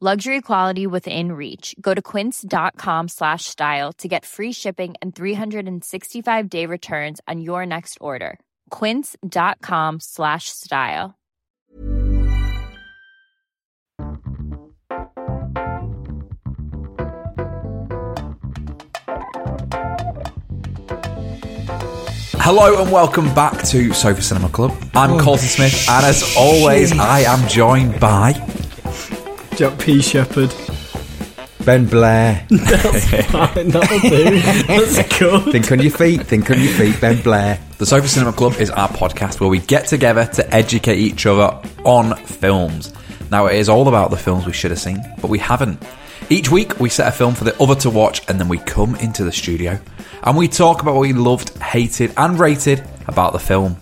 Luxury quality within reach. Go to quince.com slash style to get free shipping and 365 day returns on your next order. Quince.com slash style. Hello and welcome back to Sofa Cinema Club. I'm Colton Smith, and as always, I am joined by Jack P. Shepherd. Ben Blair. Fine, that'll do. That's good. think on your feet, think on your feet, Ben Blair. The Sofa Cinema Club is our podcast where we get together to educate each other on films. Now, it is all about the films we should have seen, but we haven't. Each week, we set a film for the other to watch, and then we come into the studio and we talk about what we loved, hated, and rated about the film.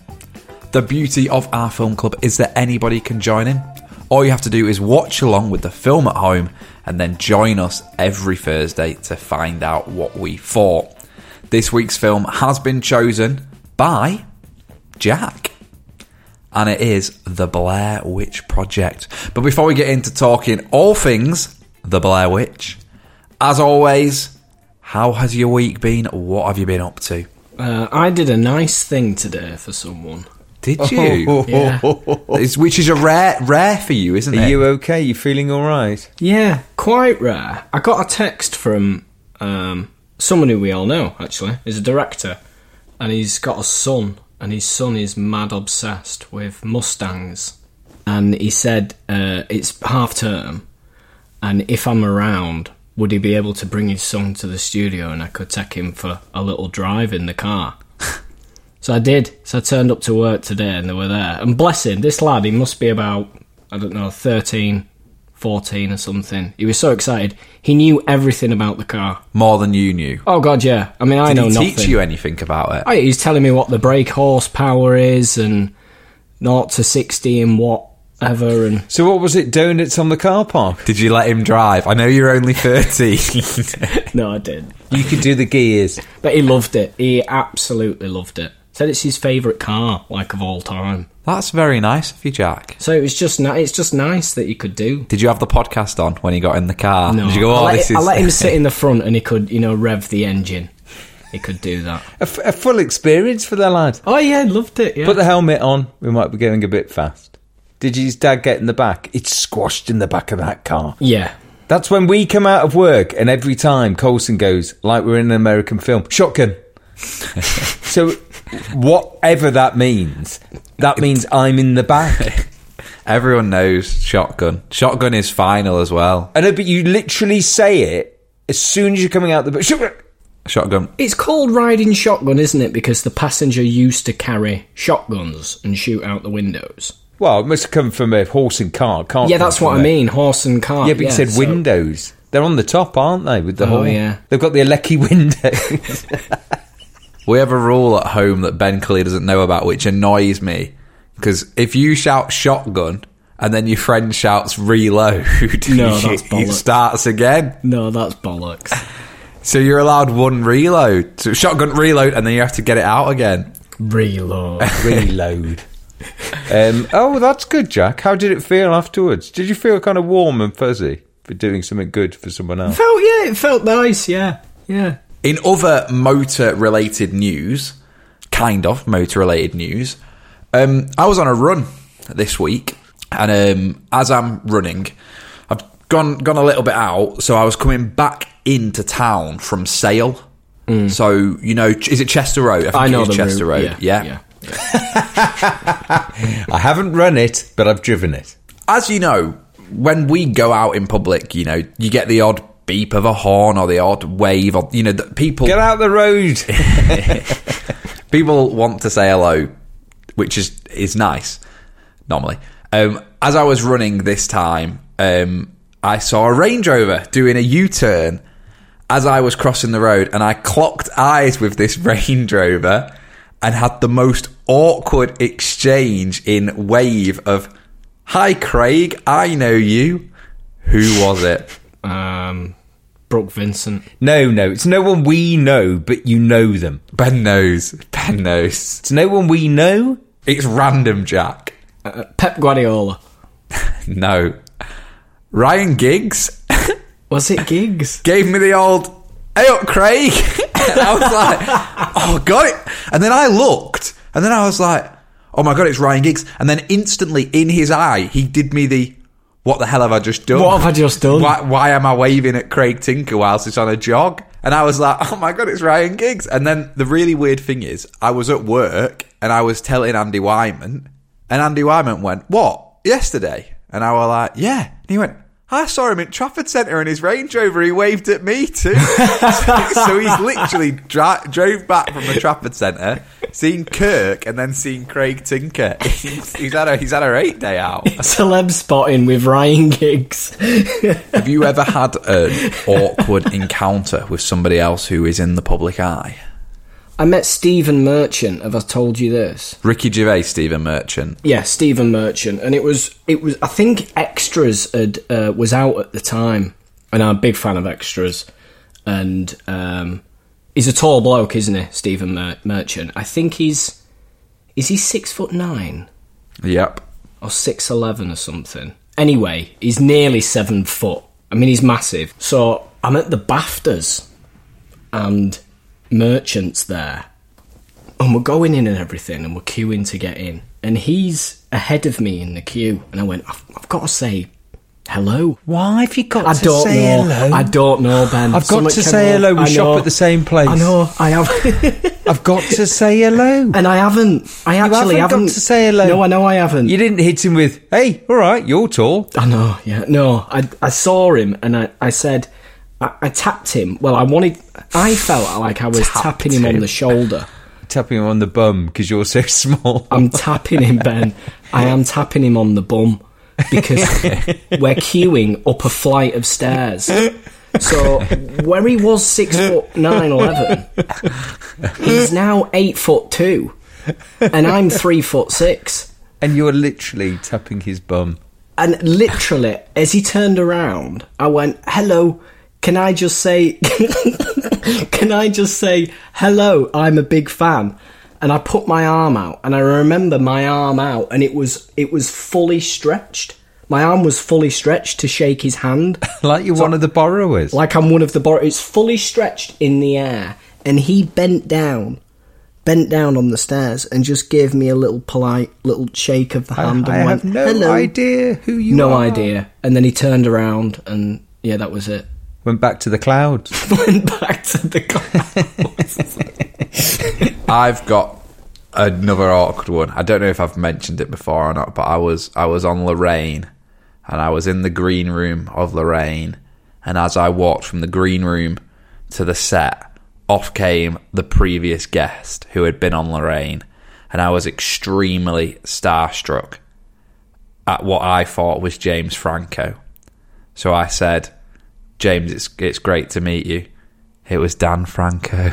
The beauty of our film club is that anybody can join in. All you have to do is watch along with the film at home and then join us every Thursday to find out what we thought. This week's film has been chosen by Jack. And it is The Blair Witch Project. But before we get into talking all things The Blair Witch, as always, how has your week been? What have you been up to? Uh, I did a nice thing today for someone. Did you? Yeah. It's- Which is a rare, rare for you, isn't Are it? you okay? You feeling all right? Yeah, quite rare. I got a text from um, someone who we all know, actually. He's a director, and he's got a son, and his son is mad obsessed with Mustangs. And he said uh, it's half term, and if I'm around, would he be able to bring his son to the studio and I could take him for a little drive in the car? So I did. So I turned up to work today and they were there. And bless him, this lad, he must be about, I don't know, 13, 14 or something. He was so excited. He knew everything about the car. More than you knew. Oh, God, yeah. I mean, Did I know he nothing. teach you anything about it? Oh, yeah, he's telling me what the brake horsepower is and 0 to 60 and whatever. And So what was it? Donuts on the car park. Did you let him drive? I know you're only 30. no, I did. You could do the gears. But he loved it. He absolutely loved it. Said it's his favourite car, like of all time. That's very nice of you, Jack. So it was just, ni- it's just nice that he could do. Did you have the podcast on when he got in the car? No, Did you go, I, oh, let, this it- is... I let him sit in the front and he could, you know, rev the engine. He could do that. A, f- a full experience for the lad. Oh yeah, loved it. Yeah. Put the helmet on. We might be going a bit fast. Did his dad get in the back? It's squashed in the back of that car. yeah. That's when we come out of work, and every time Colson goes, like we're in an American film, shotgun. so, whatever that means, that means I'm in the back. Everyone knows shotgun. Shotgun is final as well. I know, but you literally say it as soon as you're coming out the back. Shotgun. Shotgun. It's called riding shotgun, isn't it? Because the passenger used to carry shotguns and shoot out the windows. Well, it must have come from a horse and car, can't yeah, come that's from what I a- mean. Horse and car. Yeah, but you said so- windows. They're on the top, aren't they? With the Oh, horn. yeah. They've got the Alecki windows. We have a rule at home that Ben clearly doesn't know about, which annoys me. Because if you shout shotgun and then your friend shouts reload, No, that's it bollocks. starts again. No, that's bollocks. So you're allowed one reload. So shotgun reload, and then you have to get it out again. Reload. Reload. Um, oh, that's good, Jack. How did it feel afterwards? Did you feel kind of warm and fuzzy for doing something good for someone else? felt yeah, it felt nice. Yeah, yeah. In other motor related news, kind of motor related news, um, I was on a run this week, and um, as I'm running, I've gone gone a little bit out, so I was coming back into town from Sale, So you know, ch- is it Chester Road? think Mm. I it know is the Chester route, Road. yeah, yeah. yeah. I haven't run it, but I've driven it. as you know, when we go out in public, you know, you get the odd beep of a horn or the odd wave or you know, that people Get out the road. people want to say hello, which is is nice normally. Um, as I was running this time, um, I saw a Range Rover doing a U turn as I was crossing the road, and I clocked eyes with this Range Rover and had the most awkward exchange in wave of "Hi, Craig, I know you." Who was it? Um, Brooke Vincent. No, no, it's no one we know, but you know them. Ben knows. Ben knows. It's no one we know. It's random, Jack. Uh, Pep Guardiola. No. Ryan Giggs Was it Gigs? gave me the old hey up craig and i was like oh god it and then i looked and then i was like oh my god it's ryan giggs and then instantly in his eye he did me the what the hell have i just done What have I just done? why, why am i waving at craig tinker whilst he's on a jog and i was like oh my god it's ryan giggs and then the really weird thing is i was at work and i was telling andy wyman and andy wyman went what yesterday and i was like yeah and he went I saw him in Trafford Centre in his Range Rover. He waved at me too. so he's literally dra- drove back from the Trafford Centre, seen Kirk, and then seen Craig Tinker. he's had a he's had a eight day out. Celeb spotting with Ryan Giggs. Have you ever had an awkward encounter with somebody else who is in the public eye? I met Stephen Merchant. Have I told you this? Ricky Gervais, Stephen Merchant. Yeah, Stephen Merchant, and it was it was I think Extras had uh, was out at the time, and I'm a big fan of Extras, and um, he's a tall bloke, isn't he, Stephen Mer- Merchant? I think he's is he six foot nine Yep. or six eleven or something. Anyway, he's nearly seven foot. I mean, he's massive. So I'm at the Baftas, and Merchant's there, and we're going in and everything, and we're queuing to get in, and he's ahead of me in the queue, and I went, I've, I've got to say hello. Why have you got I to don't say know. hello? I don't know, Ben. I've got Something to came say up. hello. We I shop know. at the same place. I know. I have. I've got to say hello. and I haven't. I haven't actually got haven't. to say hello. No, I know I haven't. You didn't hit him with, hey, all right, you're tall. I know, yeah. No, I, I saw him and I, I said, I, I tapped him. Well, I wanted, I felt like I was Tapped tapping him, on him. the shoulder. Tapping him on the bum because you're so small. I'm tapping him, Ben. I am tapping him on the bum because we're queuing up a flight of stairs. So where he was six foot nine, eleven, he's now eight foot two, and I'm three foot six. and you're literally tapping his bum. And literally, as he turned around, I went, "Hello, can I just say, can I just say hello? I'm a big fan." And I put my arm out, and I remember my arm out, and it was it was fully stretched. My arm was fully stretched to shake his hand, Like you're one of the borrowers. like I'm one of the bar. It's fully stretched in the air, and he bent down, bent down on the stairs, and just gave me a little polite little shake of the I, hand. I and have went, no hello idea who you no are. idea. And then he turned around and yeah, that was it. Went back to the clouds. Went back to the car. I've got another awkward one. I don't know if I've mentioned it before or not, but I was I was on Lorraine and I was in the green room of Lorraine and as I walked from the green room to the set, off came the previous guest who had been on Lorraine and I was extremely starstruck at what I thought was James Franco. So I said, James, it's it's great to meet you. It was Dan Franco.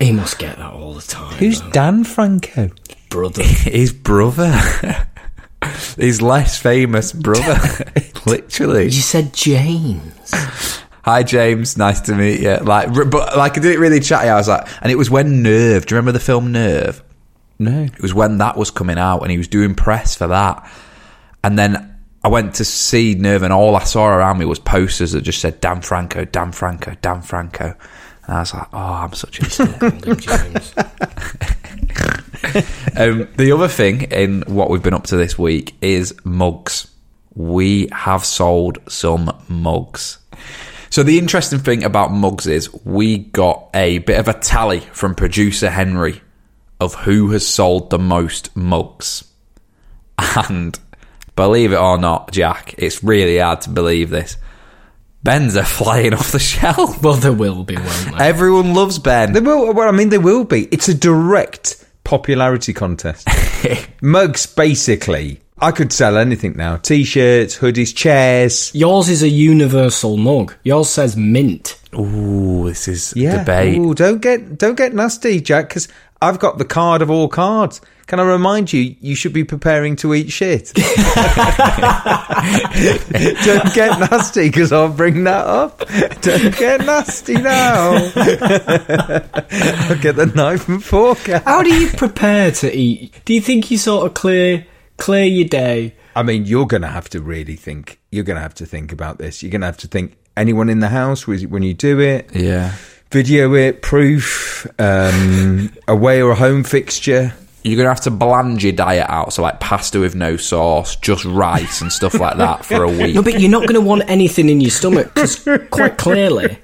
he must get that all the time. Who's Dan Franco? brother? his brother, his less famous brother, literally. You said James. Hi, James. Nice to meet you. Like, r- but like, I didn't really chatty. I was like, and it was when Nerve. Do you remember the film Nerve? No. It was when that was coming out, and he was doing press for that. And then I went to see Nerve, and all I saw around me was posters that just said "Dan Franco, Dan Franco, Dan Franco." And I was like, "Oh, I'm such a." Called him James. Um, the other thing in what we've been up to this week is mugs. We have sold some mugs. So the interesting thing about mugs is we got a bit of a tally from producer Henry of who has sold the most mugs. And believe it or not, Jack, it's really hard to believe this. Ben's are flying off the shelf. Well, there will be, won't there? Everyone loves Ben. They will. Well, I mean, they will be. It's a direct popularity contest. Mugs, basically. I could sell anything now: t-shirts, hoodies, chairs. Yours is a universal mug. Yours says mint. Ooh, this is Yeah. debate. Ooh, don't get don't get nasty, Jack, because I've got the card of all cards. Can I remind you? You should be preparing to eat shit. don't get nasty, because I'll bring that up. Don't get nasty now. I'll get the knife and fork out. How do you prepare to eat? Do you think you sort of clear clear your day? I mean, you're going to have to really think. You're going to have to think about this. You're going to have to think. Anyone in the house with- when you do it, Yeah. video it, proof, um, away or a home fixture. You're going to have to bland your diet out. So, like pasta with no sauce, just rice and stuff like that for a week. No, but you're not going to want anything in your stomach because quite clearly,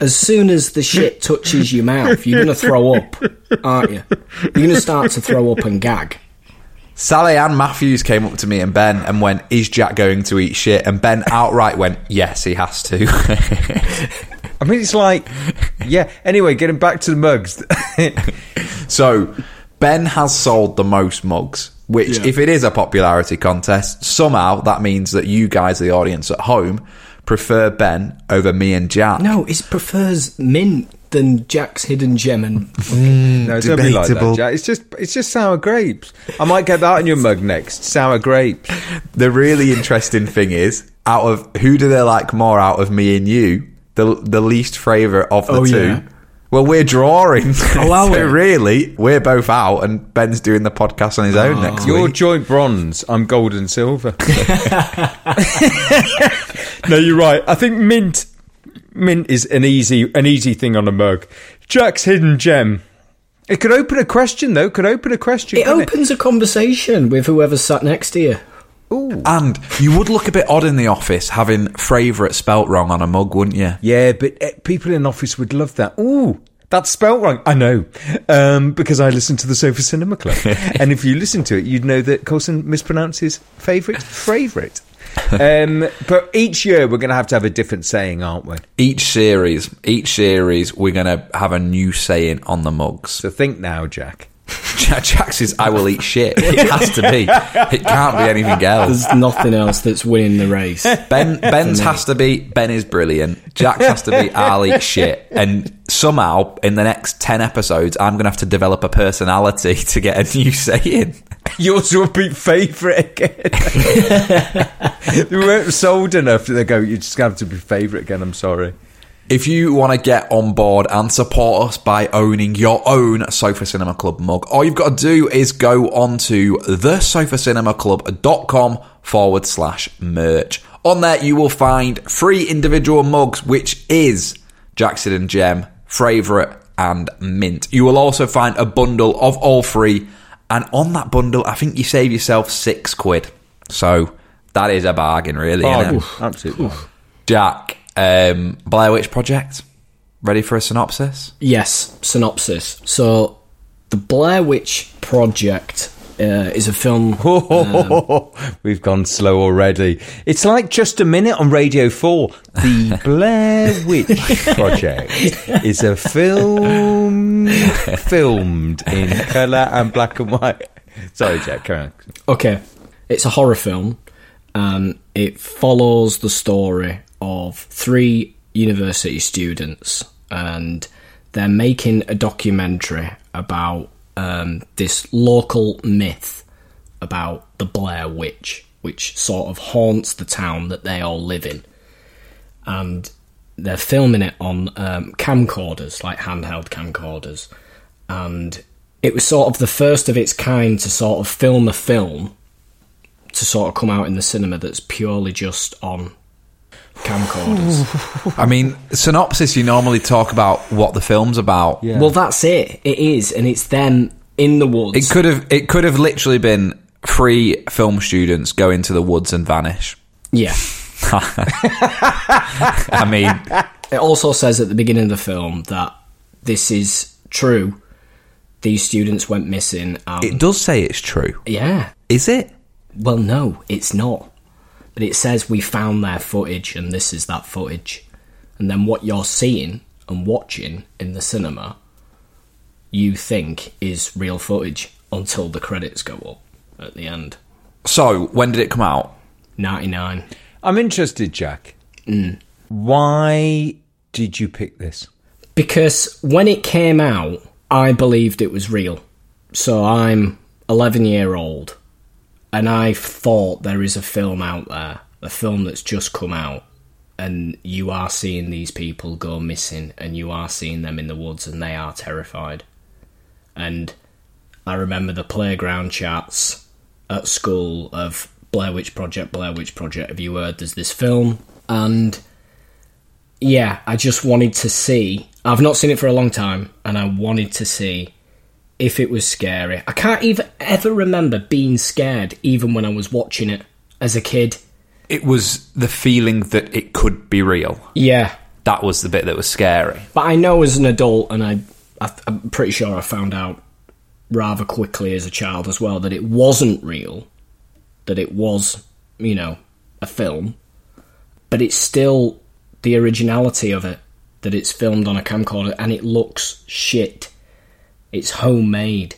as soon as the shit touches your mouth, you're going to throw up, aren't you? You're going to start to throw up and gag. Sally Ann Matthews came up to me and Ben and went, Is Jack going to eat shit? And Ben outright went, Yes, he has to. I mean, it's like, yeah. Anyway, getting back to the mugs. so, Ben has sold the most mugs, which, Yeah. if it is a popularity contest, somehow that means that you guys, the audience at home, prefer Ben over me and Jack. No, it prefers mint than Jack's hidden gem and no, don't be like that, Debatable. Jack. It's just, it's just sour grapes. I might get that in your mug next. Sour grapes. The really interesting thing is, out of who do they like more out of me and you? The the least favourite of the Oh, two. yeah. Well, we're drawing. Oh, so are we? really, we're both out, and Ben's doing the podcast on his Oh. own next You're week. joint bronze. I'm gold and silver. no, you're right. I think mint, mint is an easy, an easy thing on a mug. Jack's hidden gem. It could open a question though. Could open a question. it couldn't opens a conversation with whoever's sat next to you. And you would look a bit odd in the office having favourite spelt wrong on a mug, wouldn't you? Yeah, but uh, people in office would love that. Ooh, that's spelt wrong. I know, um, because I listen to the Sofa Cinema Club, and if you listen to it, you'd know that Colson mispronounces favourite favourite. um, but each year we're going to have to have a different saying, aren't we? Each series, each series, we're gonna have a new saying on the mugs. So think now, Jack. Jack Jack says, "I will eat shit." It has to be. It can't be anything else. There's nothing else that's winning the race. Ben Ben's has to be Ben is brilliant. Jack's has to be I'll eat shit. And somehow in the next ten episodes, I'm gonna have to develop a personality to get a new saying. Yours will be favourite again. they weren't sold enough that they go. You're just going to have to be favourite again. I'm sorry. If you want to get on board and support us by owning your own Sofa Cinema Club mug, all you've got to do is go on to thesofacinemaclub.com forward slash merch. On there, you will find free individual mugs, which is Jackson and Gem, Favourite, and Mint. You will also find a bundle of all three, and on that bundle, I think you save yourself six quid. So that is a bargain, really. Oh, isn't it? absolutely. Jack, um, Blair Witch Project. Ready for a synopsis? Yes, synopsis. So, the Blair Witch Project uh, is a film. Mm. We've gone slow already. It's like just a minute on Radio 4. The Blair Witch Project is a film filmed in colour and black and white. Sorry, Jack, carry on. Okay, it's a horror film, and it follows the story of three university students, and they're making a documentary about um, this local myth about the Blair Witch, which sort of haunts the town that they all live in, and they're filming it on um, camcorders, like handheld camcorders, and it was sort of the first of its kind to sort of film a film to sort of come out in the cinema that's purely just on camcorders. I mean, synopsis, you normally talk about what the film's about. Yeah. Well, that's it. It is, and it's them in the woods. It could have it could have literally been three film students go into the woods and vanish. yeah. I mean, It also says at the beginning of the film that this is true. These students went missing. And, it does say it's true. yeah. Is it? Well, no, it's not. But it says we found their footage, and this is that footage. And then what you're seeing and watching in the cinema, you think is real footage until the credits go up at the end. So, when did it come out? 99. I'm interested, Jack. Mm. Why did you pick this? Because when it came out, I believed it was real. So I'm 11 year old, and I thought there is a film out there, a film that's just come out, and you are seeing these people go missing, and you are seeing them in the woods, and they are terrified. And I remember the playground chats at school of Blair Witch Project, Blair Witch Project. Have you heard? There's this film, and yeah, I just wanted to see. I've not seen it for a long time, and I wanted to see if it was scary. I can't even ever remember being scared, even when I was watching it as a kid. It was the feeling that it could be real. Yeah, That was the bit that was scary. but I know as an adult, and I, I I'm pretty sure I found out rather quickly as a child as well that it wasn't real, that it was, you know, a film, but it's still the originality of it that it's filmed on a camcorder and it looks shit. It's homemade,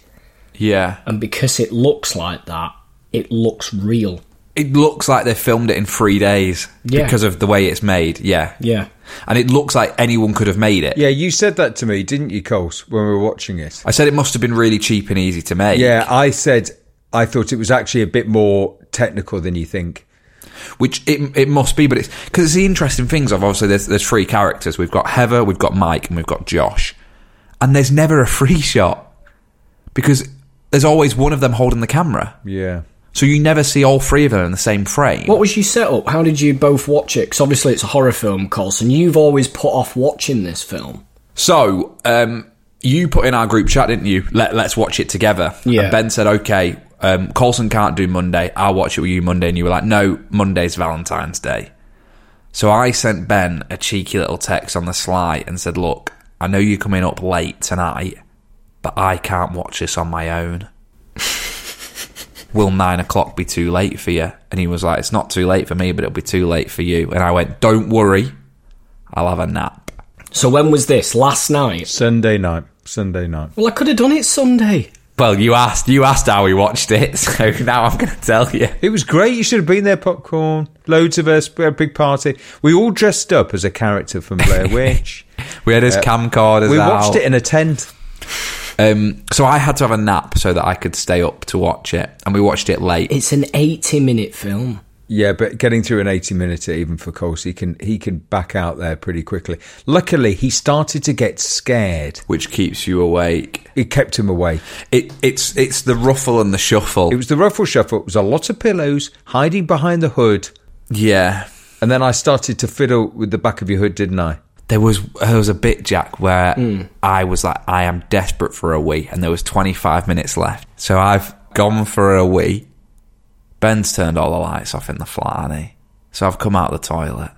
Yeah. and because it looks like that, it looks real. It looks like they filmed it in three days Yeah. because of the way it's made. Yeah. Yeah. And it looks like anyone could have made it. Yeah, you said that to me, didn't you, Coles, when we were watching it? I said it must have been really cheap and easy to make. Yeah, I said I thought it was actually a bit more technical than you think. which it, it must be, but it's because it's the interesting things of obviously there's, there's three characters. We've got Heather, we've got Mike, and we've got Josh, and there's never a free shot because there's always one of them holding the camera, Yeah. so you never see all three of them in the same frame. What was your setup? How did you both watch it? Because obviously it's a horror film, Colson. You've always put off watching this film. So, um, you put in our group chat, didn't you? Let, let's watch it together. Yeah. And ben said, okay, um, Colson can't do Monday. I'll watch it with you Monday. And you were like, no, Monday's Valentine's Day. So I sent Ben a cheeky little text on the sly and said, look, I know you're coming up late tonight, but I can't watch this on my own. Will nine o'clock be too late for you? And he was like, It's not too late for me, but it'll be too late for you. And I went, Don't worry, I'll have a nap. So when was this? Last night. Sunday night. Sunday night. Well, I could have done it Sunday. Well, you asked you asked how we watched it, so now I'm going to tell you. It was great. You should have been there, popcorn. Loads of us. We had a big party. We all dressed up as a character from Blair Witch. We had his camcorders we out. watched it in a tent. Um, so I had to have a nap so that I could stay up to watch it, and we watched it late. It's an 80 minute film. Yeah, but getting through an 80 minute even for Coles, he can he can back out there pretty quickly. Luckily, he started to get scared. which keeps you awake. It kept him awake. It, it's it's the ruffle and the shuffle. It was the ruffle shuffle. It was a lot of pillows hiding behind the hood, yeah, and then I started to fiddle with the back of your hood, didn't I? there was there was a bit, Jack, where I was like, I am desperate for a wee, and there was 25 minutes left. So I've gone for a wee. Ben's turned all the lights off in the flat, hasn't he? So I've come out the toilet,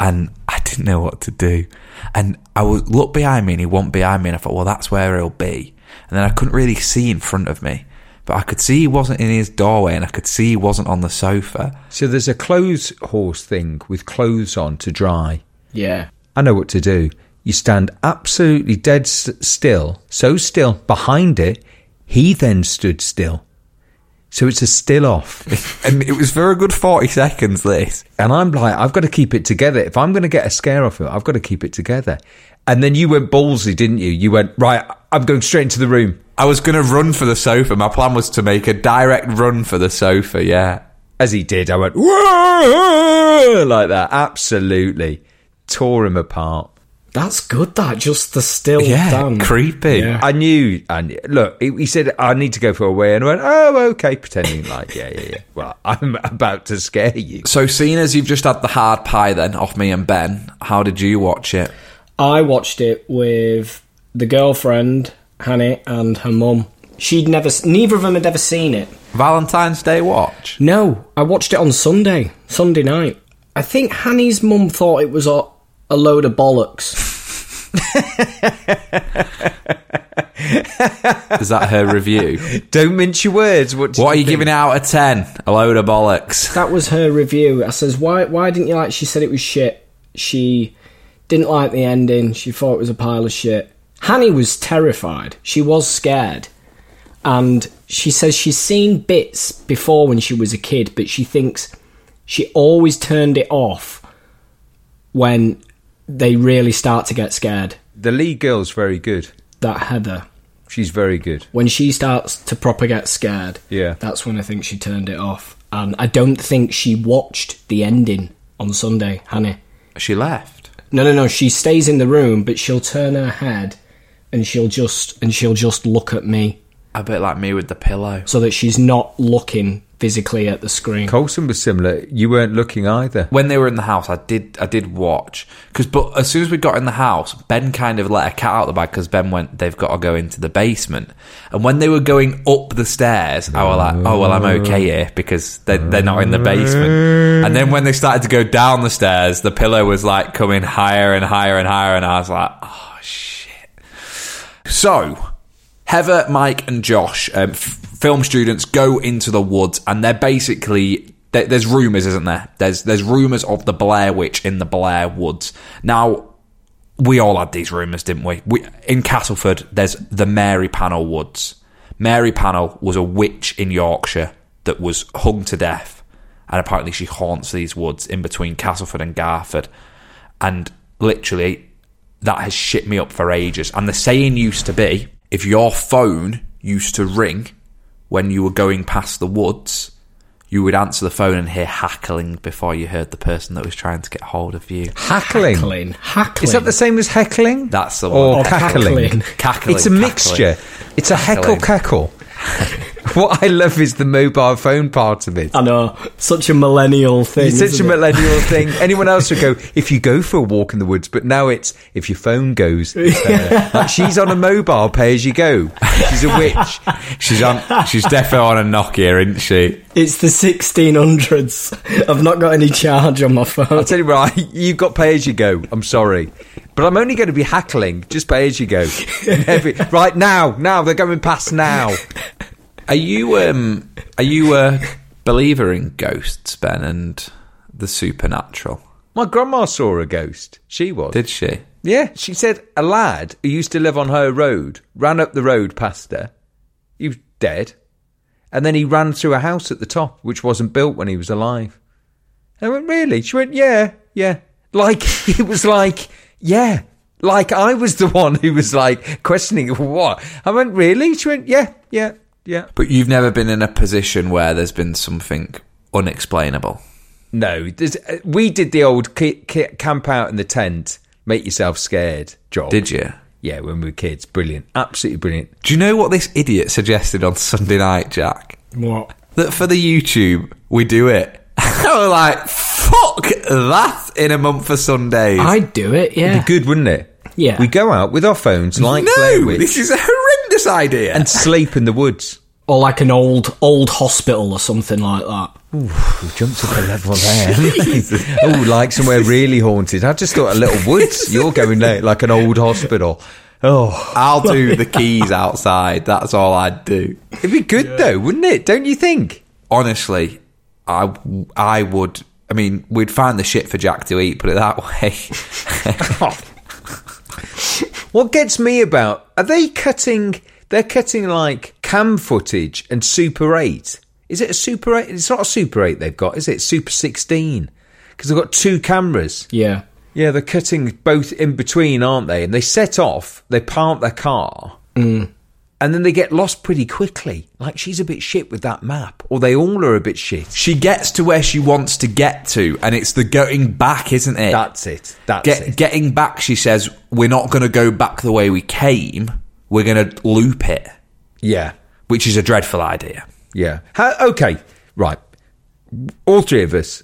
and I didn't know what to do. And I was looked behind me, and he wasn't behind me, and I thought, well, that's where he'll be. And then I couldn't really see in front of me, but I could see he wasn't in his doorway, and I could see he wasn't on the sofa. So there's a clothes horse thing with clothes on to dry. Yeah. I know what to do. You stand absolutely dead s still, so still behind it. He then stood still. So it's a still off. And it was for a good 40 seconds, this. And I'm like, I've got to keep it together. If I'm going to get a scare off him, I've got to keep it together. And then you went ballsy, didn't you? You went, right, I'm going straight into the room. I was going to run for the sofa. My plan was to make a direct run for the sofa, yeah. As he did, I went, "Whoa!" like that. Absolutely. Tore him apart. That's good, that. Just the still Yeah, done. creepy. Yeah. I knew, and look, he, he said, I need to go for a wee. And I went, oh, okay, pretending like, yeah, yeah, yeah. Well, I'm about to scare you. So, seeing as you've just had the hard pie then off me and Ben, how did you watch it? I watched it with the girlfriend, Hanny, and her mum. She'd never, s- neither of them had ever seen it. Valentine's Day watch? No, I watched it on Sunday, Sunday night. I think Hanny's mum thought it was a, a load of bollocks. Is that her review? Don't mince your words. What, do What are you think? giving it out of 10? A load of bollocks. That was her review. I says, why why didn't you like? She said it was shit. She didn't like the ending. She thought it was a pile of shit. Hanny was terrified. She was scared. And she says she's seen bits before when she was a kid, but she thinks she always turned it off when they really start to get scared. The lead girl's very good. That Heather. She's very good. when she starts to proper get scared, Yeah. that's when I think she turned it off. And I don't think she watched the ending on Sunday, Hannah. She left. No, no, no. She stays in the room, but she'll turn her head and she'll just and she'll just look at me A bit like me with the pillow. so that she's not looking physically at the screen. Colson was similar. You weren't looking either. When they were in the house, I did I did watch because but as soon as we got in the house, Ben kind of let a cat out the bag because Ben went they've got to go into the basement. And when they were going up the stairs, I was like, oh well, I'm okay here because they they're not in the basement. And then when they started to go down the stairs, the pillow was like coming higher and higher and higher, and I was like, oh shit. So, Heather, Mike, and Josh, um, f- film students, go into the woods, and they're basically there, there's rumors, isn't there? There's there's rumors of the Blair Witch in the Blair Woods. Now, we all had these rumors, didn't we? we in Castleford, there's the Mary Panel Woods. Mary Panel was a witch in Yorkshire that was hung to death, and apparently she haunts these woods in between Castleford and Garford. And literally, that has shit me up for ages. And the saying used to be if your phone used to ring when you were going past the woods, you would answer the phone and hear hackling before you heard the person that was trying to get hold of you. Hackling. Hackling, hackling. Is that the same as heckling? That's the Or one. cackling. cackling. Cackling, It's a cackling. mixture. It's a heckle Cackling. cackle. what I love is the mobile phone part of it. I know, such a millennial thing. It's such a isn't it? millennial thing. Anyone else would go, if you go for a walk in the woods, but now it's if your phone goes. it's there." Like, she's on a mobile pay as you go. She's a witch. She's on. She's definitely on a Nokia, isn't she? It's the 1600s. I've not got any charge on my phone. I'll tell you what, you've got pay as you go. I'm sorry. But I'm only going to be hackling. Just pay as you go. Every- right now, now, they're going past now. Are you um? Are you a believer in ghosts, Ben, and the supernatural? My grandma saw a ghost. She was. Did she? Yeah, she said a lad who used to live on her road ran up the road past her. He was dead. And then he ran through a house at the top, which wasn't built when he was alive. I went, Really? She went, Yeah, yeah. Like, it was like, Yeah. Like, I was the one who was like questioning what. I went, Really? She went, Yeah, yeah, yeah. But you've never been in a position where there's been something unexplainable. No, there's- uh, we did the old ki- ki- camp out in the tent, make yourself scared job. Did you? Yeah, when we were kids. Brilliant. Absolutely brilliant. Do you know what this idiot suggested on Sunday night, Jack? What? That for the YouTube we do it. I was like, fuck that in a month for Sundays. I'd do it, yeah. It'd be good, wouldn't it? Yeah. We go out with our phones like Blair no, Witch this is a horrendous idea. and sleep in the woods. Or like an old old hospital or something like that. We jumped up a level there. oh, like somewhere really haunted. I just thought a little woods. You're going there like an old hospital. Oh, I'll do the keys outside. That's all I'd do. it'd be good though, wouldn't it? Don't you think? honestly, I I would. I mean, we'd find the shit for Jack to eat. Put it that way. What gets me about are they cutting? They're cutting like cam footage and Super Eight. Is it a Super Eight? It's not a Super Eight they've got, is it? Super Sixteen because they've got two cameras. Yeah. Yeah, they're cutting both in between, aren't they? And they set off, they park their car, and then they get lost pretty quickly. Like, she's a bit shit with that map, or they all are a bit shit. she gets to where she wants to get to, and it's the going back, isn't it? That's it. That's Get, it. getting back, she says, we're not going to go back the way we came. We're going to loop it, yeah, which is a dreadful idea. yeah. How, okay, right. All three of us,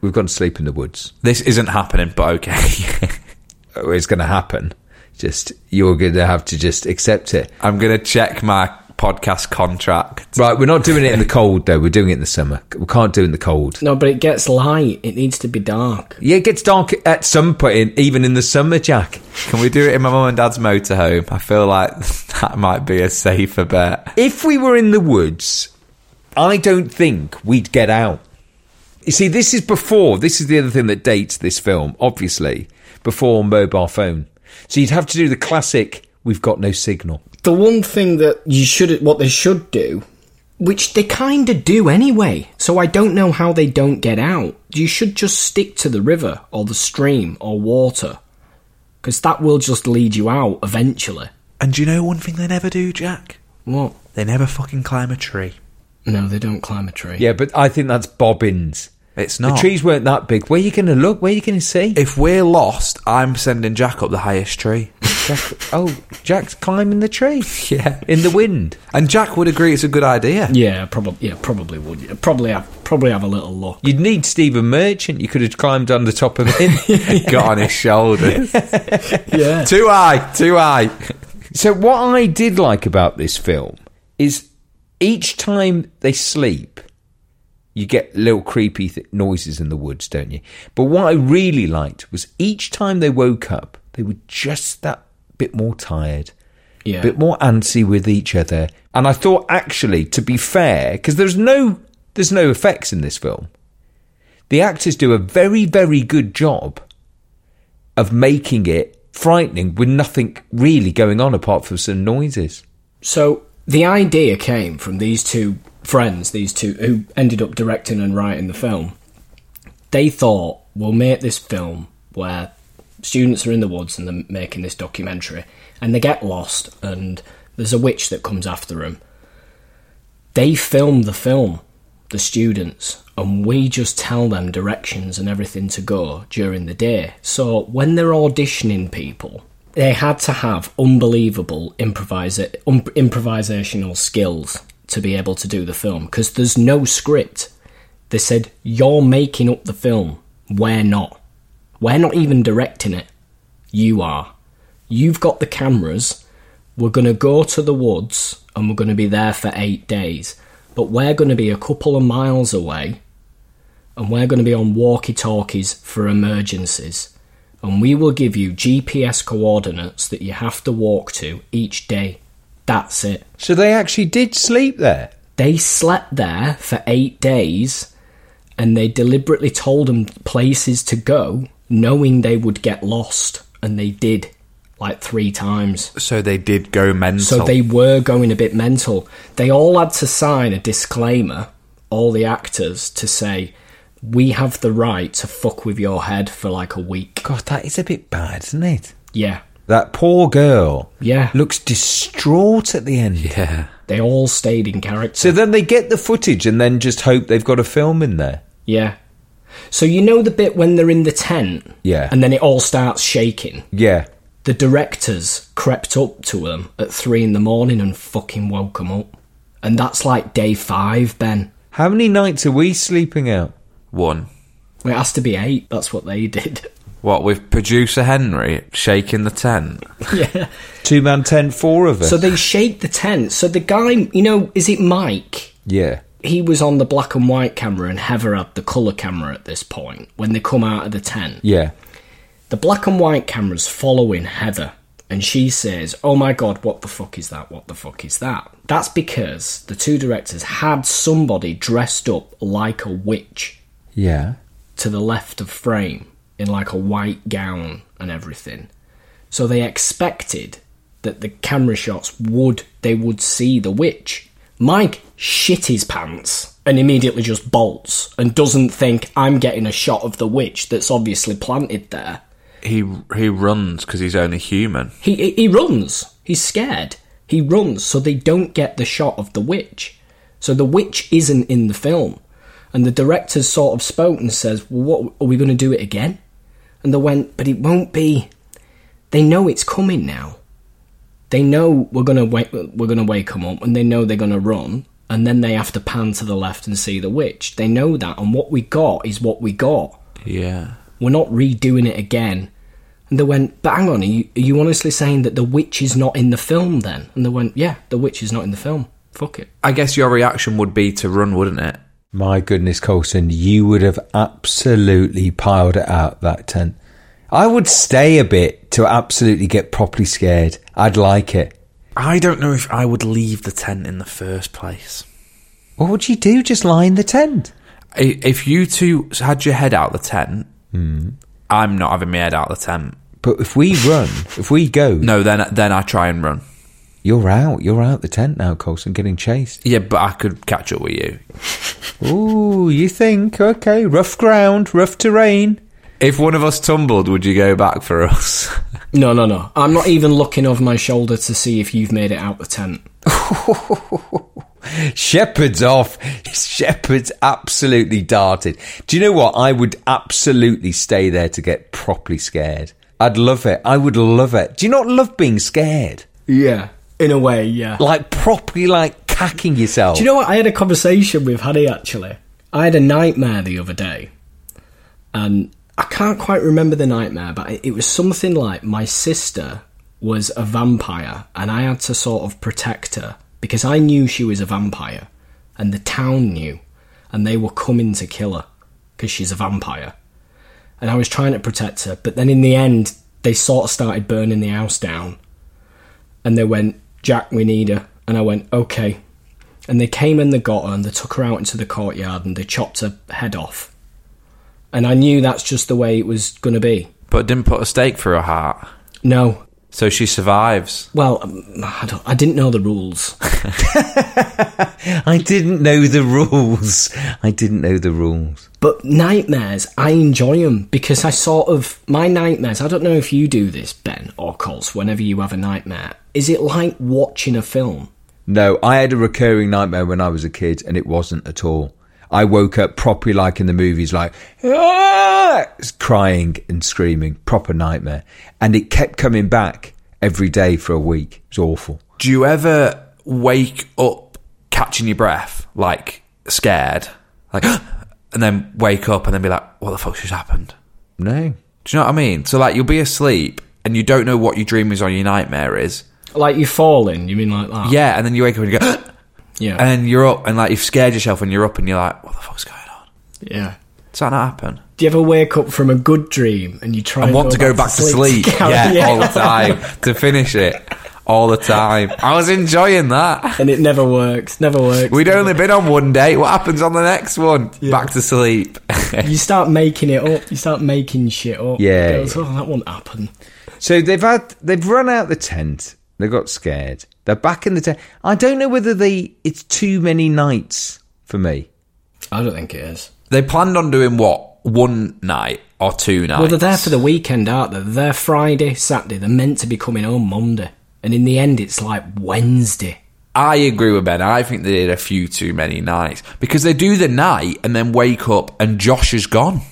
we've gone to sleep in the woods. This isn't happening, but okay. Oh, It's going to happen. Just, you're going to have to just accept it. I'm going to check my podcast contract. Right, we're not doing it in the cold though. We're doing it in the summer. We can't do it in the cold. No, but it gets light. It needs to be dark. Yeah, it gets dark at some point, even in the summer, Jack. Can we do it in my mum and dad's motorhome? I feel like that might be a safer bet. If we were in the woods, I don't think we'd get out. You see, this is before, this is the other thing that dates this film, obviously, before mobile phone. So you'd have to do the classic, we've got no signal. The one thing that you should, what they should do, which they kind of do anyway, so I don't know how they don't get out. You should just stick to the river or the stream or water, because that will just lead you out eventually. And do you know one thing they never do, Jack? What? They never fucking climb a tree. No, they don't climb a tree. Yeah, but I think that's bobbins. It's not. The trees weren't that big. Where are you going to look? Where are you going to see? If we're lost, I'm sending Jack up the highest tree. Jack, oh, Jack's climbing the tree. Yeah. In the wind. And Jack would agree it's a good idea. Yeah, probably. Yeah, probably would. Yeah, probably have. Probably have a little look. You'd need Stephen Merchant. You could have climbed on the top of him. Got on his shoulders. Yeah. too high, too high. so, what I did like about this film is each time they sleep, you get little creepy th- noises in the woods, don't you? But what I really liked was each time they woke up, they were just that bit more tired. Yeah. a bit more antsy with each other. And I thought, actually, to be fair, because there's no there's no effects in this film, the actors do a very very good job of making it frightening with nothing really going on apart from some noises. So the idea came from these two friends, these two who ended up directing and writing the film. They thought we'll make this film where students are in the woods and they're making this documentary, and they get lost, and there's a witch that comes after them. They film the film, the students, and we just tell them directions and everything to go during the day. So when they're auditioning people, they had to have unbelievable improvisa- um, improvisational skills to be able to do the film because there's no script. They said, You're making up the film. We're not. We're not even directing it. You are. You've got the cameras. We're going to go to the woods and we're going to be there for eight days. But we're going to be a couple of miles away and we're going to be on walkie talkies for emergencies. And we will give you GPS coordinates that you have to walk to each day. That's it. So they actually did sleep there. They slept there for eight days and they deliberately told them places to go, knowing they would get lost. And they did, like three times. So they did go mental. So they were going a bit mental. They all had to sign a disclaimer, all the actors, to say, we have the right to fuck with your head for like a week. God, that is a bit bad, isn't it? Yeah. That poor girl Yeah. looks distraught at the end. Yeah. They all stayed in character. So then they get the footage and then just hope they've got a film in there. yeah. So you know the bit when they're in the tent? Yeah. And then it all starts shaking. Yeah. The directors crept up to them at three in the morning and fucking woke them up. And that's like day five, Ben. How many nights are we sleeping out? One. It has to be eight. That's what they did. What, with producer Henry shaking the tent? yeah. Two man tent, four of us. So they shake the tent. So the guy, you know, is it Mike? yeah. He was on the black and white camera, and Heather had the colour camera at this point when they come out of the tent. Yeah. The black and white camera's following Heather, and she says, Oh my god, what the fuck is that? What the fuck is that? That's because the two directors had somebody dressed up like a witch Yeah. to the left of frame in like a white gown and everything. So they expected that the camera shots would they would see the witch. Mike shit his pants and immediately just bolts and doesn't think I'm getting a shot of the witch that's obviously planted there. He he runs because he's only human. He he- he runs. He's scared. He runs so they don't get the shot of the witch. So the witch isn't in the film. And the director's sort of spoke and says, Well what are we gonna do it again? And they went, But it won't be they know it's coming now. They know we're gonna wake we're gonna wake them up and they know they're gonna run and then they have to pan to the left and see the witch. They know that and what we got is what we got Yeah. we're not redoing it again And they went, but hang on, are you, are you honestly saying that the witch is not in the film then? And they went, yeah, the witch is not in the film. Fuck it. I guess your reaction would be to run, wouldn't it? My goodness, Colson, you would have absolutely piled it out that tent. I would stay a bit to absolutely get properly scared. I'd like it. I don't know if I would leave the tent in the first place. What would you do? Just lie in the tent? I- If you two had your head out the tent, Hmm. I'm not having my head out the tent. But if we run, if we go, No, then then I try and run. you're out. You're out the tent now, Colson, getting chased. Yeah, but I could catch up with you. Ooh, you think? Okay, rough ground, rough terrain. If one of us tumbled, would you go back for us? No, no, no. I'm not even looking over my shoulder to see if you've made it out the tent. Shepherd's off. Shepherd's absolutely darted. Do you know what? I would absolutely stay there to get properly scared. I'd love it. I would love it. Do you not love being scared? Yeah. In a way, yeah. Like properly, like cacking yourself. Do you know what? I had a conversation with Honey actually. I had a nightmare the other day, and I can't quite remember the nightmare, but it- it was something like my sister was a vampire, and I had to sort of protect her because I knew she was a vampire, and the town knew, and they were coming to kill her because she's a vampire. And I was trying to protect her, but then in the end, they sort of started burning the house down, and they went, Jack, we need her. And I went, okay. And they came and they got her and they took her out into the courtyard and they chopped her head off. And I knew that's just the way it was going to be. but didn't put a stake through her heart, No. so she survives. Well, um, I, don't, I didn't know the rules. I didn't know the rules. I didn't know the rules. But nightmares, I enjoy them because I sort of. My nightmares, I don't know if you do this, Ben or Colts, whenever you have a nightmare. Is it like watching a film? No, I had a recurring nightmare when I was a kid, and it wasn't at all. I woke up properly, like in the movies, like "Ah!" crying and screaming, proper nightmare, and it kept coming back every day for a week. It was awful. Do you ever wake up catching your breath, like scared, like, and then wake up and then be like, "What the fuck just happened?" No, Do you know what I mean? So like, you'll be asleep and you don't know what your dream is or your nightmare is. Like you fall in, you mean like that? Yeah, and then you wake up and you go, Yeah. and then you're up and like you've scared yourself and you're up and you're like, "What the fuck's going on?" yeah. Does that not happen? Do you ever wake up from a good dream and you try I and want to go back to sleep. get out- Yeah, all the time to finish it. All the time. I was enjoying that. and it never works. Never works. We'd only been on one day. What happens on the next one? Back to sleep. you start making it up. You start making shit up. Yeah, It goes, "Oh, that won't happen. So they've had they've run out the tent. They got scared. They're back in the tent. I don't know whether they it's too many nights for me. I don't think it is. they planned on doing what? One night or two nights? Well, they're there for the weekend, aren't they? They're there Friday, Saturday. They're meant to be coming home Monday, and in the end, it's like Wednesday. I agree with Ben. I think they did a few too many nights because they do the night and then wake up and Josh is gone.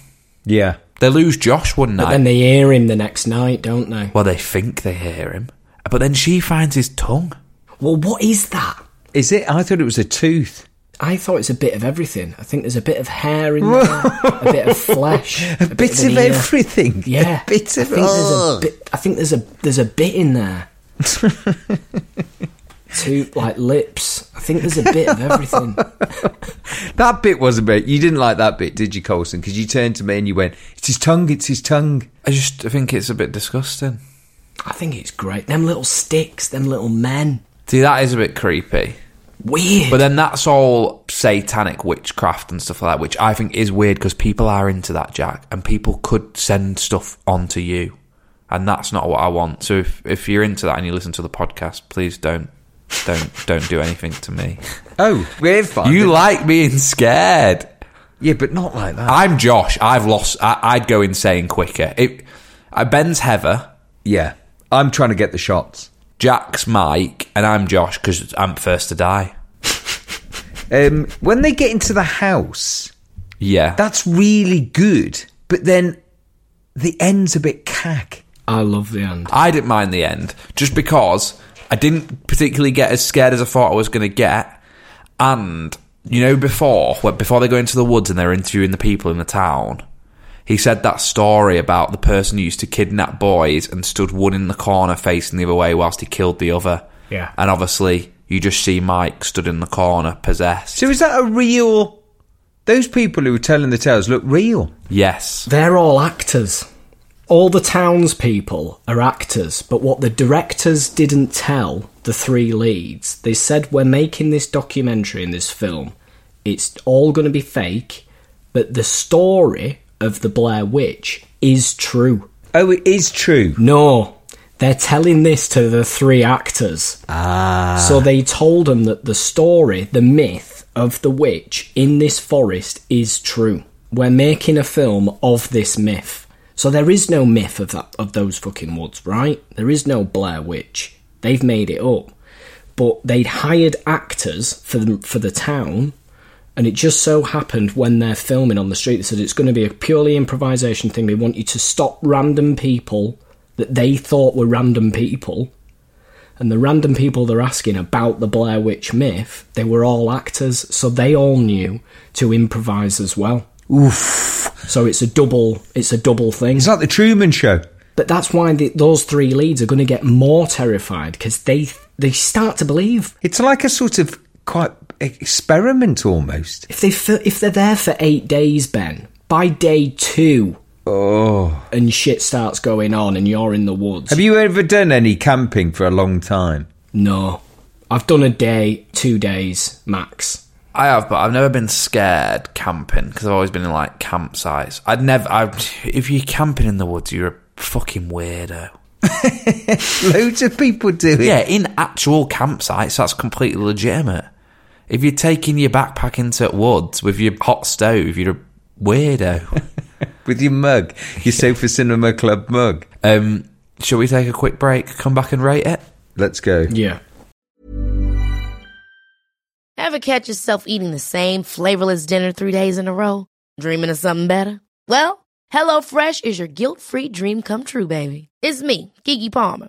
Yeah. They lose Josh one But night. then they hear him the next night, don't they? well, they think they hear him, but then she finds his tongue. Well, what is that? Is it? I thought it was a tooth. I thought it's a bit of everything. I think there's a bit of hair in there, a bit of flesh, A, uh, bit, an of ear. everything. Yeah, A bit I of think there's a bit. I think there's a there's a bit in there. Two like lips. I think there's a bit of everything. That bit was a bit. You didn't like that bit, did you, Colson? Because you turned to me and you went, "It's his tongue. It's his tongue." I just think it's a bit disgusting. I think it's great. Them little sticks. Them little men. See, that is a bit creepy. Weird. But then that's all satanic witchcraft and stuff like that, which I think is weird because people are into that, Jack, and people could send stuff onto you. And that's not what I want. So if, if you're into that and you listen to the podcast, please don't don't don't do anything to me. Oh, we're fine. You like being scared. yeah, but not like that. I'm Josh. I've lost. I, I'd go insane quicker. It, uh, Ben's Heather, yeah, I'm trying to get the shots. Jack's Mike, and I'm Josh because I'm first to die. Um, when they get into the house, Yeah. that's really good. But then the end's a bit cack. I love the end. I didn't mind the end just because I didn't particularly get as scared as I thought I was going to get. And you know, before when- before they go into the woods and they're interviewing the people in the town, He said that story about the person who used to kidnap boys and stood one in the corner facing the other way whilst he killed the other. Yeah. And obviously, you just see Mike stood in the corner, possessed. So is that a real? Those people who were telling the tales look real. yes. They're all actors. All the townspeople are actors, but what the directors didn't tell the three leads, they said we're making this documentary in this film. It's all going to be fake, but the story of the Blair Witch is true. Oh, it is true. No, they're telling this to the three actors. Ah. So they told them that the story, the myth of the witch in this forest is true. We're making a film of this myth. So there is no myth of that of those fucking woods, right? There is no Blair Witch. They've made it up. But they'd hired actors for the, for the town and it just so happened when they're filming on the street, they said it's going to be a purely improvisation thing. They want you to stop random people that they thought were random people. And the random people they're asking about the Blair Witch myth, they were all actors, so they all knew to improvise as well. Oof. So it's a double it's a double thing. It's like the Truman Show. But that's why the, those three leads are going to get more terrified because they they start to believe It's like a sort of quite experiment almost. if they fi- if they're there for eight days, Ben, by day two, oh, and shit starts going on, and you're in the woods. Have you ever done any camping for a long time? no, I've done a day, two days max. I have, but I've never been scared camping because I've always been in like campsites. I'd never. I, if you're camping in the woods, you're a fucking weirdo. Loads of people do it. Yeah, in actual campsites, that's completely legitimate. If you're taking your backpack into woods with your hot stove, you're a weirdo. With your mug, your Sofa Cinema Club mug. um, shall we take a quick break? Come back and rate it. Let's go. Yeah, Ever catch yourself eating the same flavorless dinner three days in a row? Dreaming of something better? Well, HelloFresh is your guilt free dream come true, baby. It's me, Kiki Palmer.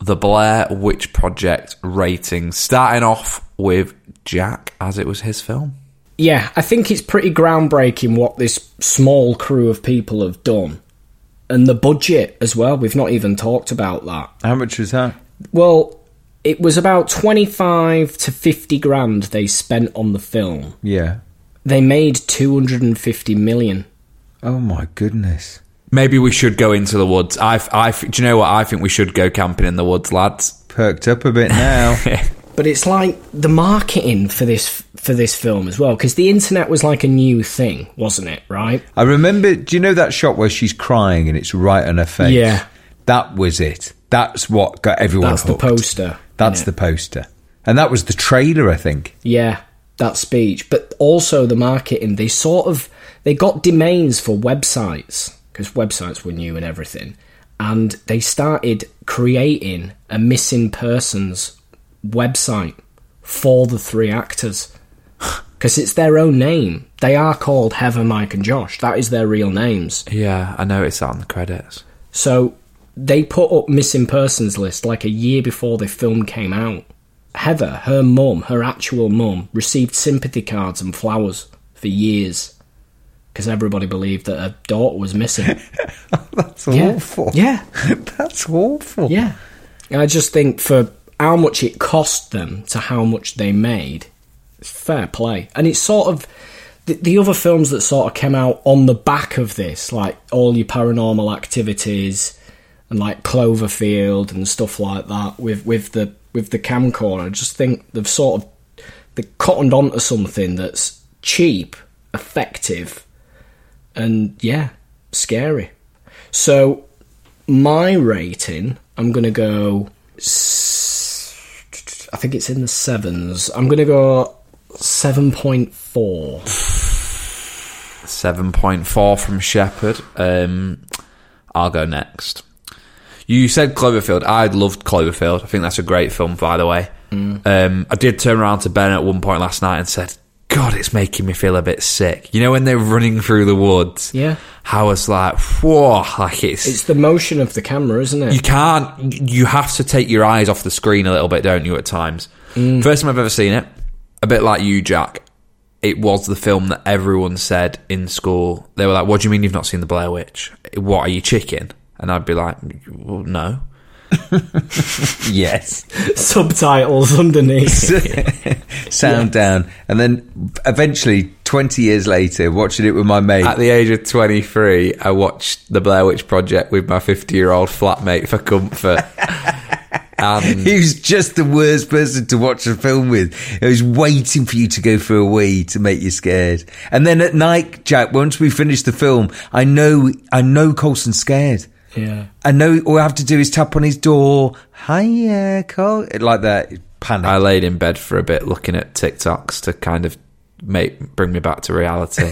The Blair Witch Project rating, starting off with Jack, as it was his film. yeah. I think it's pretty groundbreaking what this small crew of people have done, and the budget as well. We've not even talked about that. How much was that? Well, it was about twenty-five to fifty grand they spent on the film. Yeah. They made two hundred and fifty million. Oh my goodness. Maybe we should go into the woods. I, I, do you know what? I think we should go camping in the woods, lads. Perked up a bit now. but it's like the marketing for this for this film as well because the internet was like a new thing wasn't it right I remember, do you know that shot where she's crying and it's right on her face? Yeah. That was it. That's what got everyone that's the hooked. poster That's innit? the poster. And that was the trailer, I think. yeah that speech but also the marketing they sort of they got domains for websites because websites were new and everything and they started creating a missing persons website for the three actors because it's their own name They are called Heather, Mike, and Josh. That is their real names. Yeah, I noticed that on the credits. So they put up missing persons list like a year before the film came out. Heather, her mum, her actual mum, received sympathy cards and flowers for years because everybody believed that her daughter was missing. That's Yeah. awful. Yeah. That's awful. Yeah. I just think for how much it cost them to how much they made, fair play. And it's sort of. The, the other films that sort of came out on the back of this, like all your paranormal activities and like Cloverfield and stuff like that, with, with the with the camcorder, I just think they've sort of they cottoned onto something that's cheap, effective, and yeah, scary. So my rating, I'm gonna go. s- I think it's in the sevens. I'm gonna go seven point four. 7.4 from Shepard. Um, I'll go next. You said Cloverfield. I loved Cloverfield. I think that's a great film, by the way. Um, I did turn around to Ben at one point last night and said, God, it's making me feel a bit sick. You know, when they're running through the woods? Yeah. I was like, whoa, like It's the motion of the camera, isn't it? you can't. You have to take your eyes off the screen a little bit, don't you? At times. First time I've ever seen it. A bit like you, Jack. It was the film that everyone said in school. They were like, "What do you mean you've not seen the Blair Witch? What are you chicken?" And I'd be like, well, "No." Yes. Subtitles underneath. Sound down. And then eventually, 20 years later, watching it with my mate. At the age of twenty-three, I watched the Blair Witch Project with my fifty-year-old flatmate for comfort. and he was just the worst person to watch a film with. He was waiting for you to go for a wee to make you scared. And then at night, Jack, once we finished the film, I know, I know Colson's scared. yeah. I know all I have to do is tap on his door. Hiya, Col. Like that. Panic. I laid in bed for a bit looking at TikToks to kind of make bring me back to reality.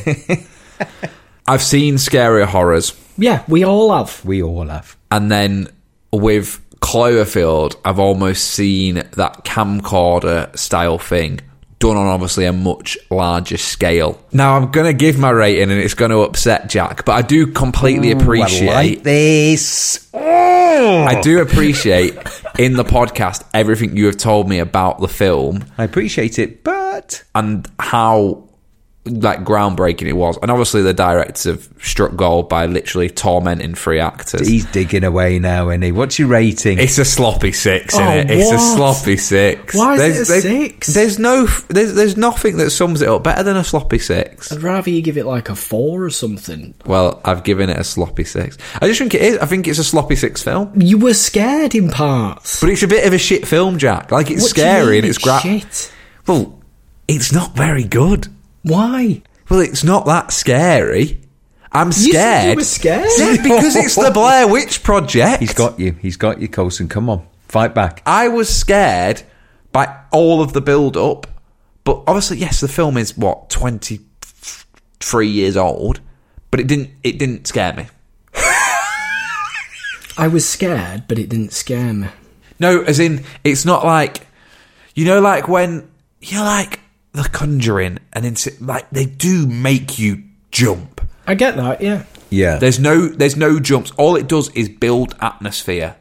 I've seen scarier horrors, Yeah, we all have. we all have. and then with Cloverfield, I've almost seen that camcorder style thing done on obviously a much larger scale. Now I'm gonna give my rating, and it's gonna upset Jack, but I do completely appreciate. I like this. Oh! I do appreciate in the podcast everything you have told me about the film. I appreciate it, but and how like groundbreaking it was. And obviously, the directors have struck gold by literally tormenting three actors. he's digging away now, isn't he? What's your rating? It's a sloppy six, isn't Oh, it? It's a what? sloppy six. Why is it a six? There's no, there's, there's nothing that sums it up better than a sloppy six. I'd rather you give it like a four or something. Well, I've given it a sloppy six. I just think it is. I think it's a sloppy six film, You were scared in parts. but it's a bit of a shit film, Jack. Like it's What do you scary mean and it's crap. Shit. Well, it's not very good. Why? Well, it's not that scary. I'm said you scared. were scared. Yeah, because it's the Blair Witch Project. he's got you. He's got you, Colson. Come on, fight back. I was scared by all of the build up, but obviously, yes, the film is what twenty three years old, but it didn't. It didn't scare me. I was scared, but it didn't scare me. No, as in, it's not like you know, like when you're like The Conjuring, and it's like they do make you jump. I get that. Yeah. Yeah. There's no there's no jumps. All it does is build atmosphere.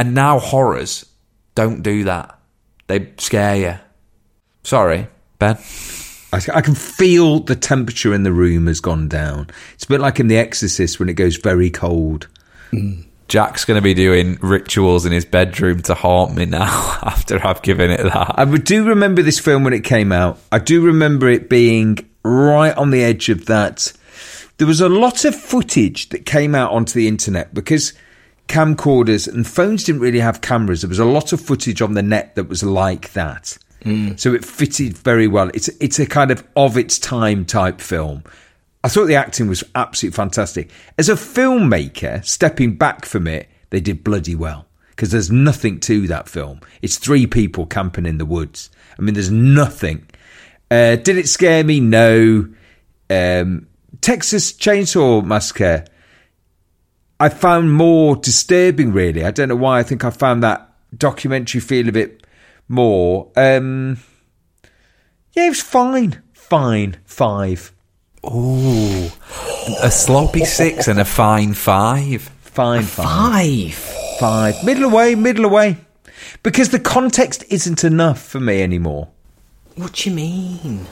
And now horrors don't do that. They scare you. Sorry, Ben. I, I can feel the temperature in the room has gone down. It's a bit like in The Exorcist when it goes very cold. Jack's going to be doing rituals in his bedroom to haunt me now after I've given it that. I would- do remember this film when it came out. I do remember it being right on the edge of that. There was a lot of footage that came out onto the internet because camcorders and phones didn't really have cameras. There was a lot of footage on the net that was like that. So it fitted very well. It's it's a kind of of its time type film. I thought the acting was absolutely fantastic. As a filmmaker, stepping back from it, they did bloody well because there's nothing to that film. It's three people camping in the woods. I mean, there's nothing. Uh, did it scare me? No. Um, Texas Chainsaw Massacre. I found more disturbing. Really, I don't know why. I think I found that documentary feel of it more. Um, yeah, it was fine, fine, five. Ooh, a sloppy six and a fine five. Fine, fine, Five. five. Middle away, middle away. Because the context isn't enough for me anymore. What do you mean?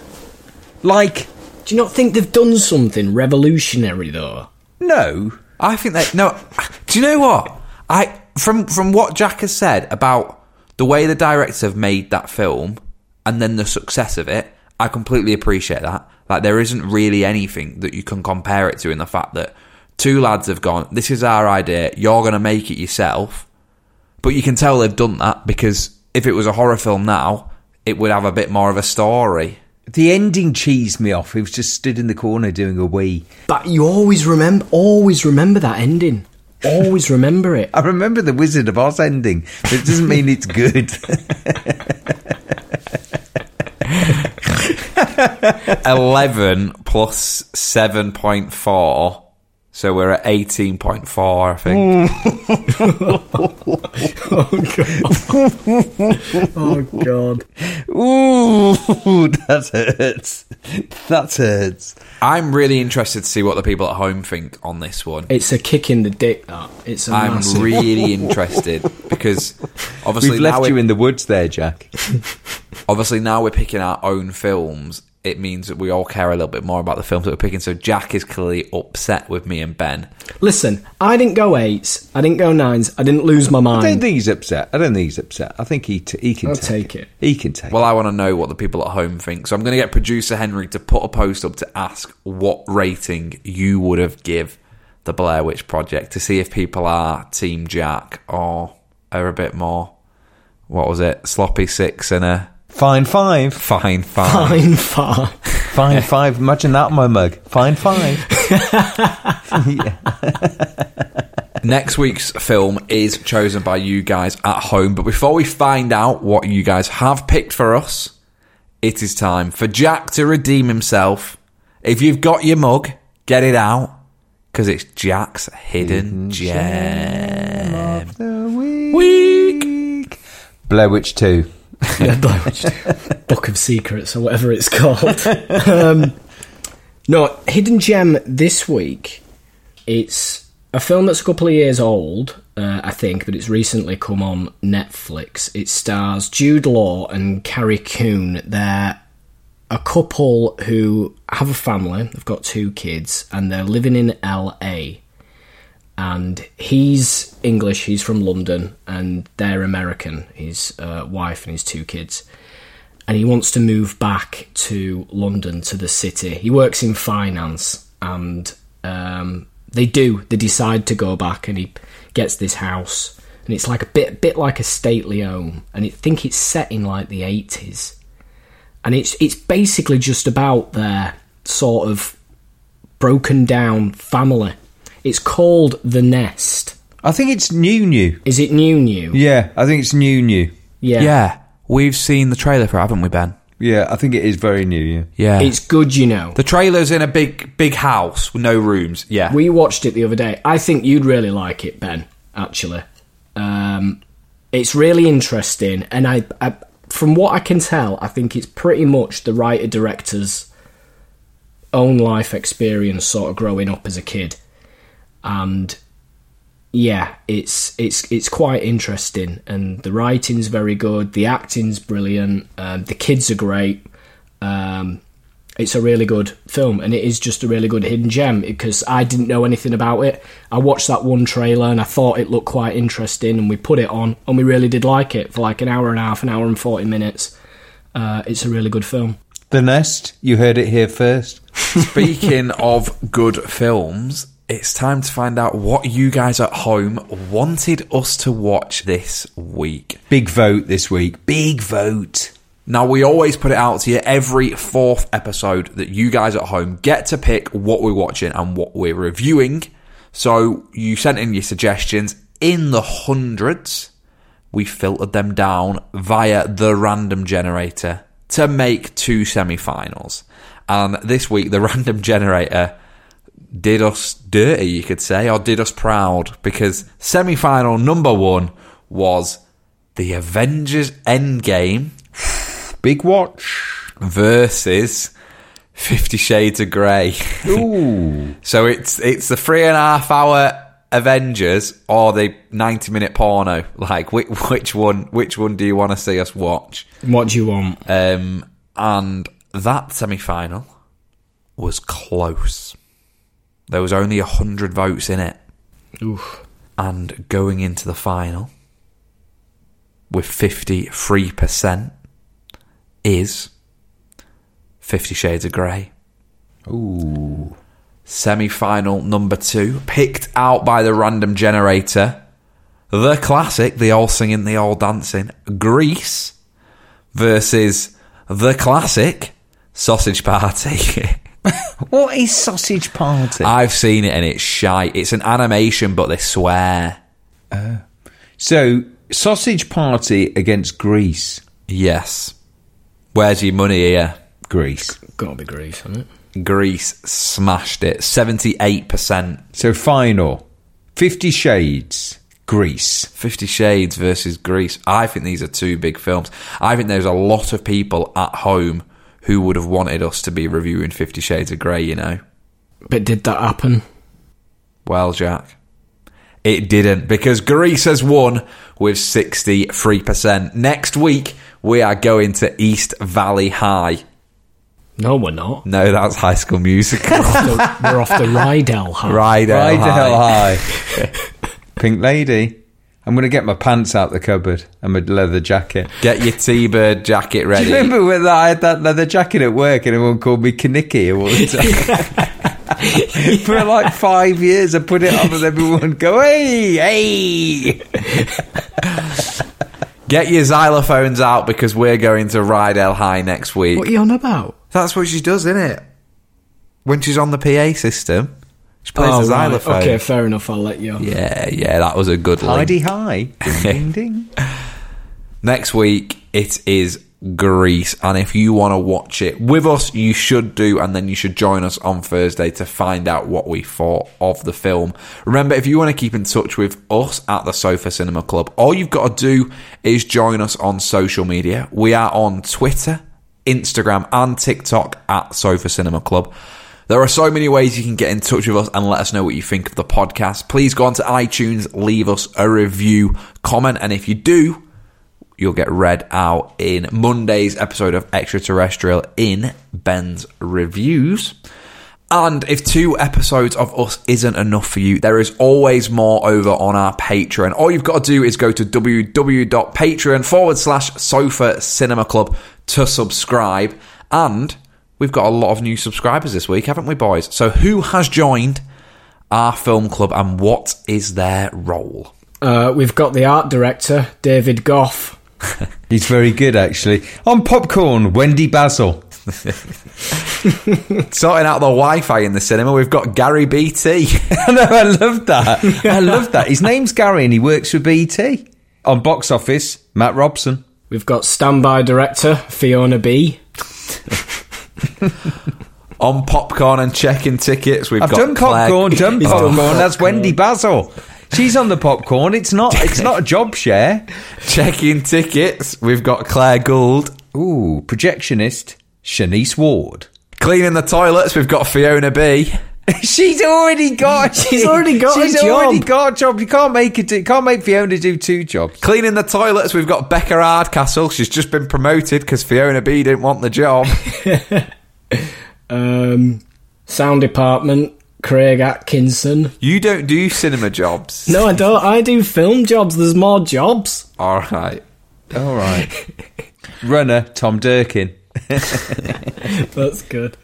Like, Do you not think they've done something revolutionary though? no. I think that no. Do you know what I from from what Jack has said about the way the directors have made that film and then the success of it? I completely appreciate that. Like there isn't really anything that you can compare it to in the fact that two lads have gone. This is our idea. You're going to make it yourself, but you can tell they've done that because if it was a horror film now, it would have a bit more of a story. The ending cheesed me off. He was just stood in the corner doing a wee. But you always remember, always remember that ending. Always remember it. I remember the Wizard of Oz ending, but it doesn't mean it's good. Eleven plus seven point four. So we're at eighteen point four, I think. Mm. Oh god. Ooh, that hurts. That hurts. I'm really interested to see what the people at home think on this one. It's a kick in the dick. That it's a I'm massive. really interested because obviously We've now left you we're, in the woods there, Jack. obviously now we're picking our own films. It means that we all care a little bit more about the films that we're picking. So Jack is clearly upset with me and Ben. Listen, I didn't go eights. I didn't go nines. I didn't lose my I don't mind. think he's upset. I don't think he's upset. I think he t- he can I'll take, take it. He can take Well, I want to know what the people at home think. So I'm going to get producer Henry to put a post up to ask what rating you would have give the Blair Witch Project to see if people are Team Jack or are a bit more. What was it? Sloppy six and a it. Fine five. fine five. Fine, far. Fine five. Imagine that on my mug. Fine five. Next week's film is chosen by you guys at home, but before we find out what you guys have picked for us, it is time for Jack to redeem himself. If you've got your mug, get it out because it's Jack's hidden gem. Week. Blair Witch 2. Book of Secrets or whatever it's called. um, no, Hidden Gem this week. It's a film that's a couple of years old, uh, I think, but it's recently come on Netflix. It stars Jude Law and Carrie Coon. They're a couple who have a family, they've got two kids, and they're living in LA. And he's English, he's from London, and they're American, his uh, wife and his two kids and he wants to move back to London to the city. He works in finance, and um, they do. They decide to go back, and he gets this house, and it's like a bit, bit like a stately home, and I think it's set in like the eighties, and it's it's basically just about their sort of broken down family. It's called the Nest. I think it's new, new. Is it new? New? Yeah, I think it's new, new. Yeah. we've seen the trailer for, it, haven't we, Ben? Yeah, I think it is very new, yeah. Yeah, It's good, you know. the trailer's in a big, big house with no rooms. Yeah, We watched it the other day. I think you'd really like it, Ben. Actually, um, it's really interesting, and I, I, from what I can tell, I think it's pretty much the writer director's own life experience, sort of growing up as a kid, and yeah, it's it's it's quite interesting, and the writing's very good, the acting's brilliant, um, the kids are great. Um, it's a really good film and it is just a really good hidden gem because I didn't know anything about it. I watched that one trailer and I thought it looked quite interesting and we put it on and we really did like it for like an hour and a half, an hour and 40 minutes. Uh, it's a really good film. The Nest, you heard it here first. Speaking of good films, it's time to find out what you guys at home wanted us to watch this week. Big vote this week. Big vote. Now, we always put it out to you every fourth episode that you guys at home get to pick what we're watching and what we're reviewing. So you sent in your suggestions in the hundreds. We filtered them down via the random generator to make two semi finals. And this week, the random generator did us dirty, you could say, or did us proud, because semi final number one was the Avengers Endgame Big watch. versus Fifty Shades of Grey. Ooh. So it's it's the three and a half hour Avengers or the ninety minute porno. Like which, which one? Which one do you want to see us watch? What do you want? Um, and that semi final was close. There was only hundred votes in it, Oof. and going into the final with fifty three percent is Fifty Shades of Grey. Ooh. Semi final number two, picked out by the random generator. The classic, the all singing, the all dancing, Greece versus the classic, Sausage Party. What is sausage party? I've seen it and it's shite. It's an animation, but they swear. so sausage party against Greece. Yes. Where's your money here? Greece. Gotta be Greece, isn't it? Greece smashed it. 78%. So final. Fifty Shades. Greece. Fifty Shades versus Greece. I think these are two big films. I think there's a lot of people at home who would have wanted us to be reviewing Fifty Shades of Grey, you know. But did that happen? Well, Jack, it didn't because Greece has won with 63%. Next week, we are going to East Valley High. No, we're not. No, that's High School Musical. The- we're off the Rydell High. Rydell, Ride the hell High. high. Pink lady. I'm going to get my pants out the cupboard and my leather jacket. Get your T-Bird jacket Do ready. you remember when I had that leather jacket at work and everyone called me Knicky all the time? For like five years, I put it on and everyone would go, hey, hey. Get your xylophones out because we're going to Rydell High next week. What are you on about? That's what she does, isn't it? When she's on the PA system, she plays the Oh, right. xylophone. Okay, fair enough. I'll let you. on. Yeah, yeah, that was a good link. Heidi high. Ding, ding, ding. Next week, it is Greece. And if you want to watch it with us, you should do. And then you should join us on Thursday to find out what we thought of the film. Remember, if you want to keep in touch with us at the Sofa Cinema Club, all you've got to do is join us on social media. We are on Twitter, Instagram, and TikTok at Sofa Cinema Club. There are so many ways you can get in touch with us and let us know what you think of the podcast. Please go onto iTunes, leave us a review, comment, and if you do, you'll get read out in Monday's episode of Extraterrestrial in Ben's reviews. And if two episodes of us isn't enough for you, there is always more over on our Patreon. All you've got to do is go to www.patreon forward slash sofa cinema club to subscribe. And we've got a lot of new subscribers this week, haven't we, boys? So who has joined our film club and what is their role? Uh, we've got the art director, David Goff. He's very good, actually. On popcorn, Wendy Basil. Sorting out the Wi Fi in the cinema, we've got Gary BT. I know, I love that. I love that. His name's Gary and he works for BT. On box office, Matt Robson. We've got standby director, Fiona B. on popcorn and checking tickets. We've I've got done Clegg. popcorn, done done popcorn. That's Wendy Basil. She's on the popcorn. It's not. It's not a job share. Checking tickets. We've got Claire Gould. Ooh, projectionist Shanice Ward. Cleaning the toilets. We've got Fiona B. She's already got. She's already got She's a job. already got a job. You can't make it. Do, can't make Fiona do two jobs. Cleaning the toilets. We've got Becca Hardcastle. She's just been promoted because Fiona B didn't want the job. Um, sound department, Craig Atkinson. you don't do cinema jobs. No, I don't. I do film jobs. There's more jobs. All right. All right. Runner Tom Durkin. That's good.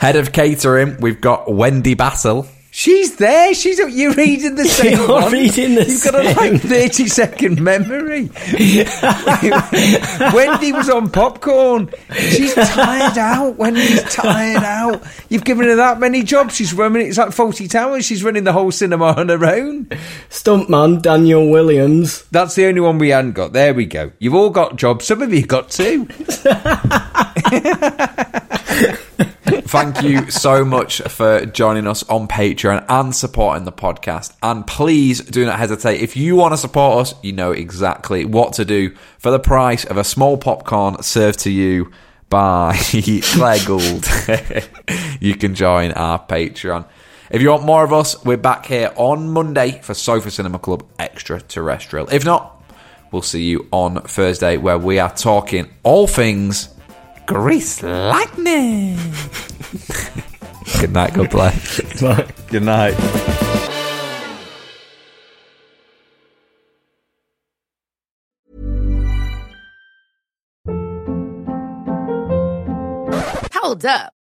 Head of catering. We've got Wendy Bassel. She's there. She's you're reading the same You're one. reading the You've got a like thirty second memory. Wendy was on popcorn. She's tired out. Wendy's tired out. You've given her that many jobs. She's running. It's like forty towers. She's running the whole cinema on her own. Stuntman, Daniel Williams. That's the only one we hadn't got. There we go. You've all got jobs. Some of you got two. Thank you so much for joining us on Patreon and supporting the podcast. And please do not hesitate. If you want to support us, you know exactly what to do for the price of a small popcorn served to you by Claire Gould, you can join our Patreon. If you want more of us, we're back here on Monday for Sofa Cinema Club Extraterrestrial. If not, we'll see you on Thursday where we are talking all things Grease Lightning. Good night, good play. Good night. Hold up.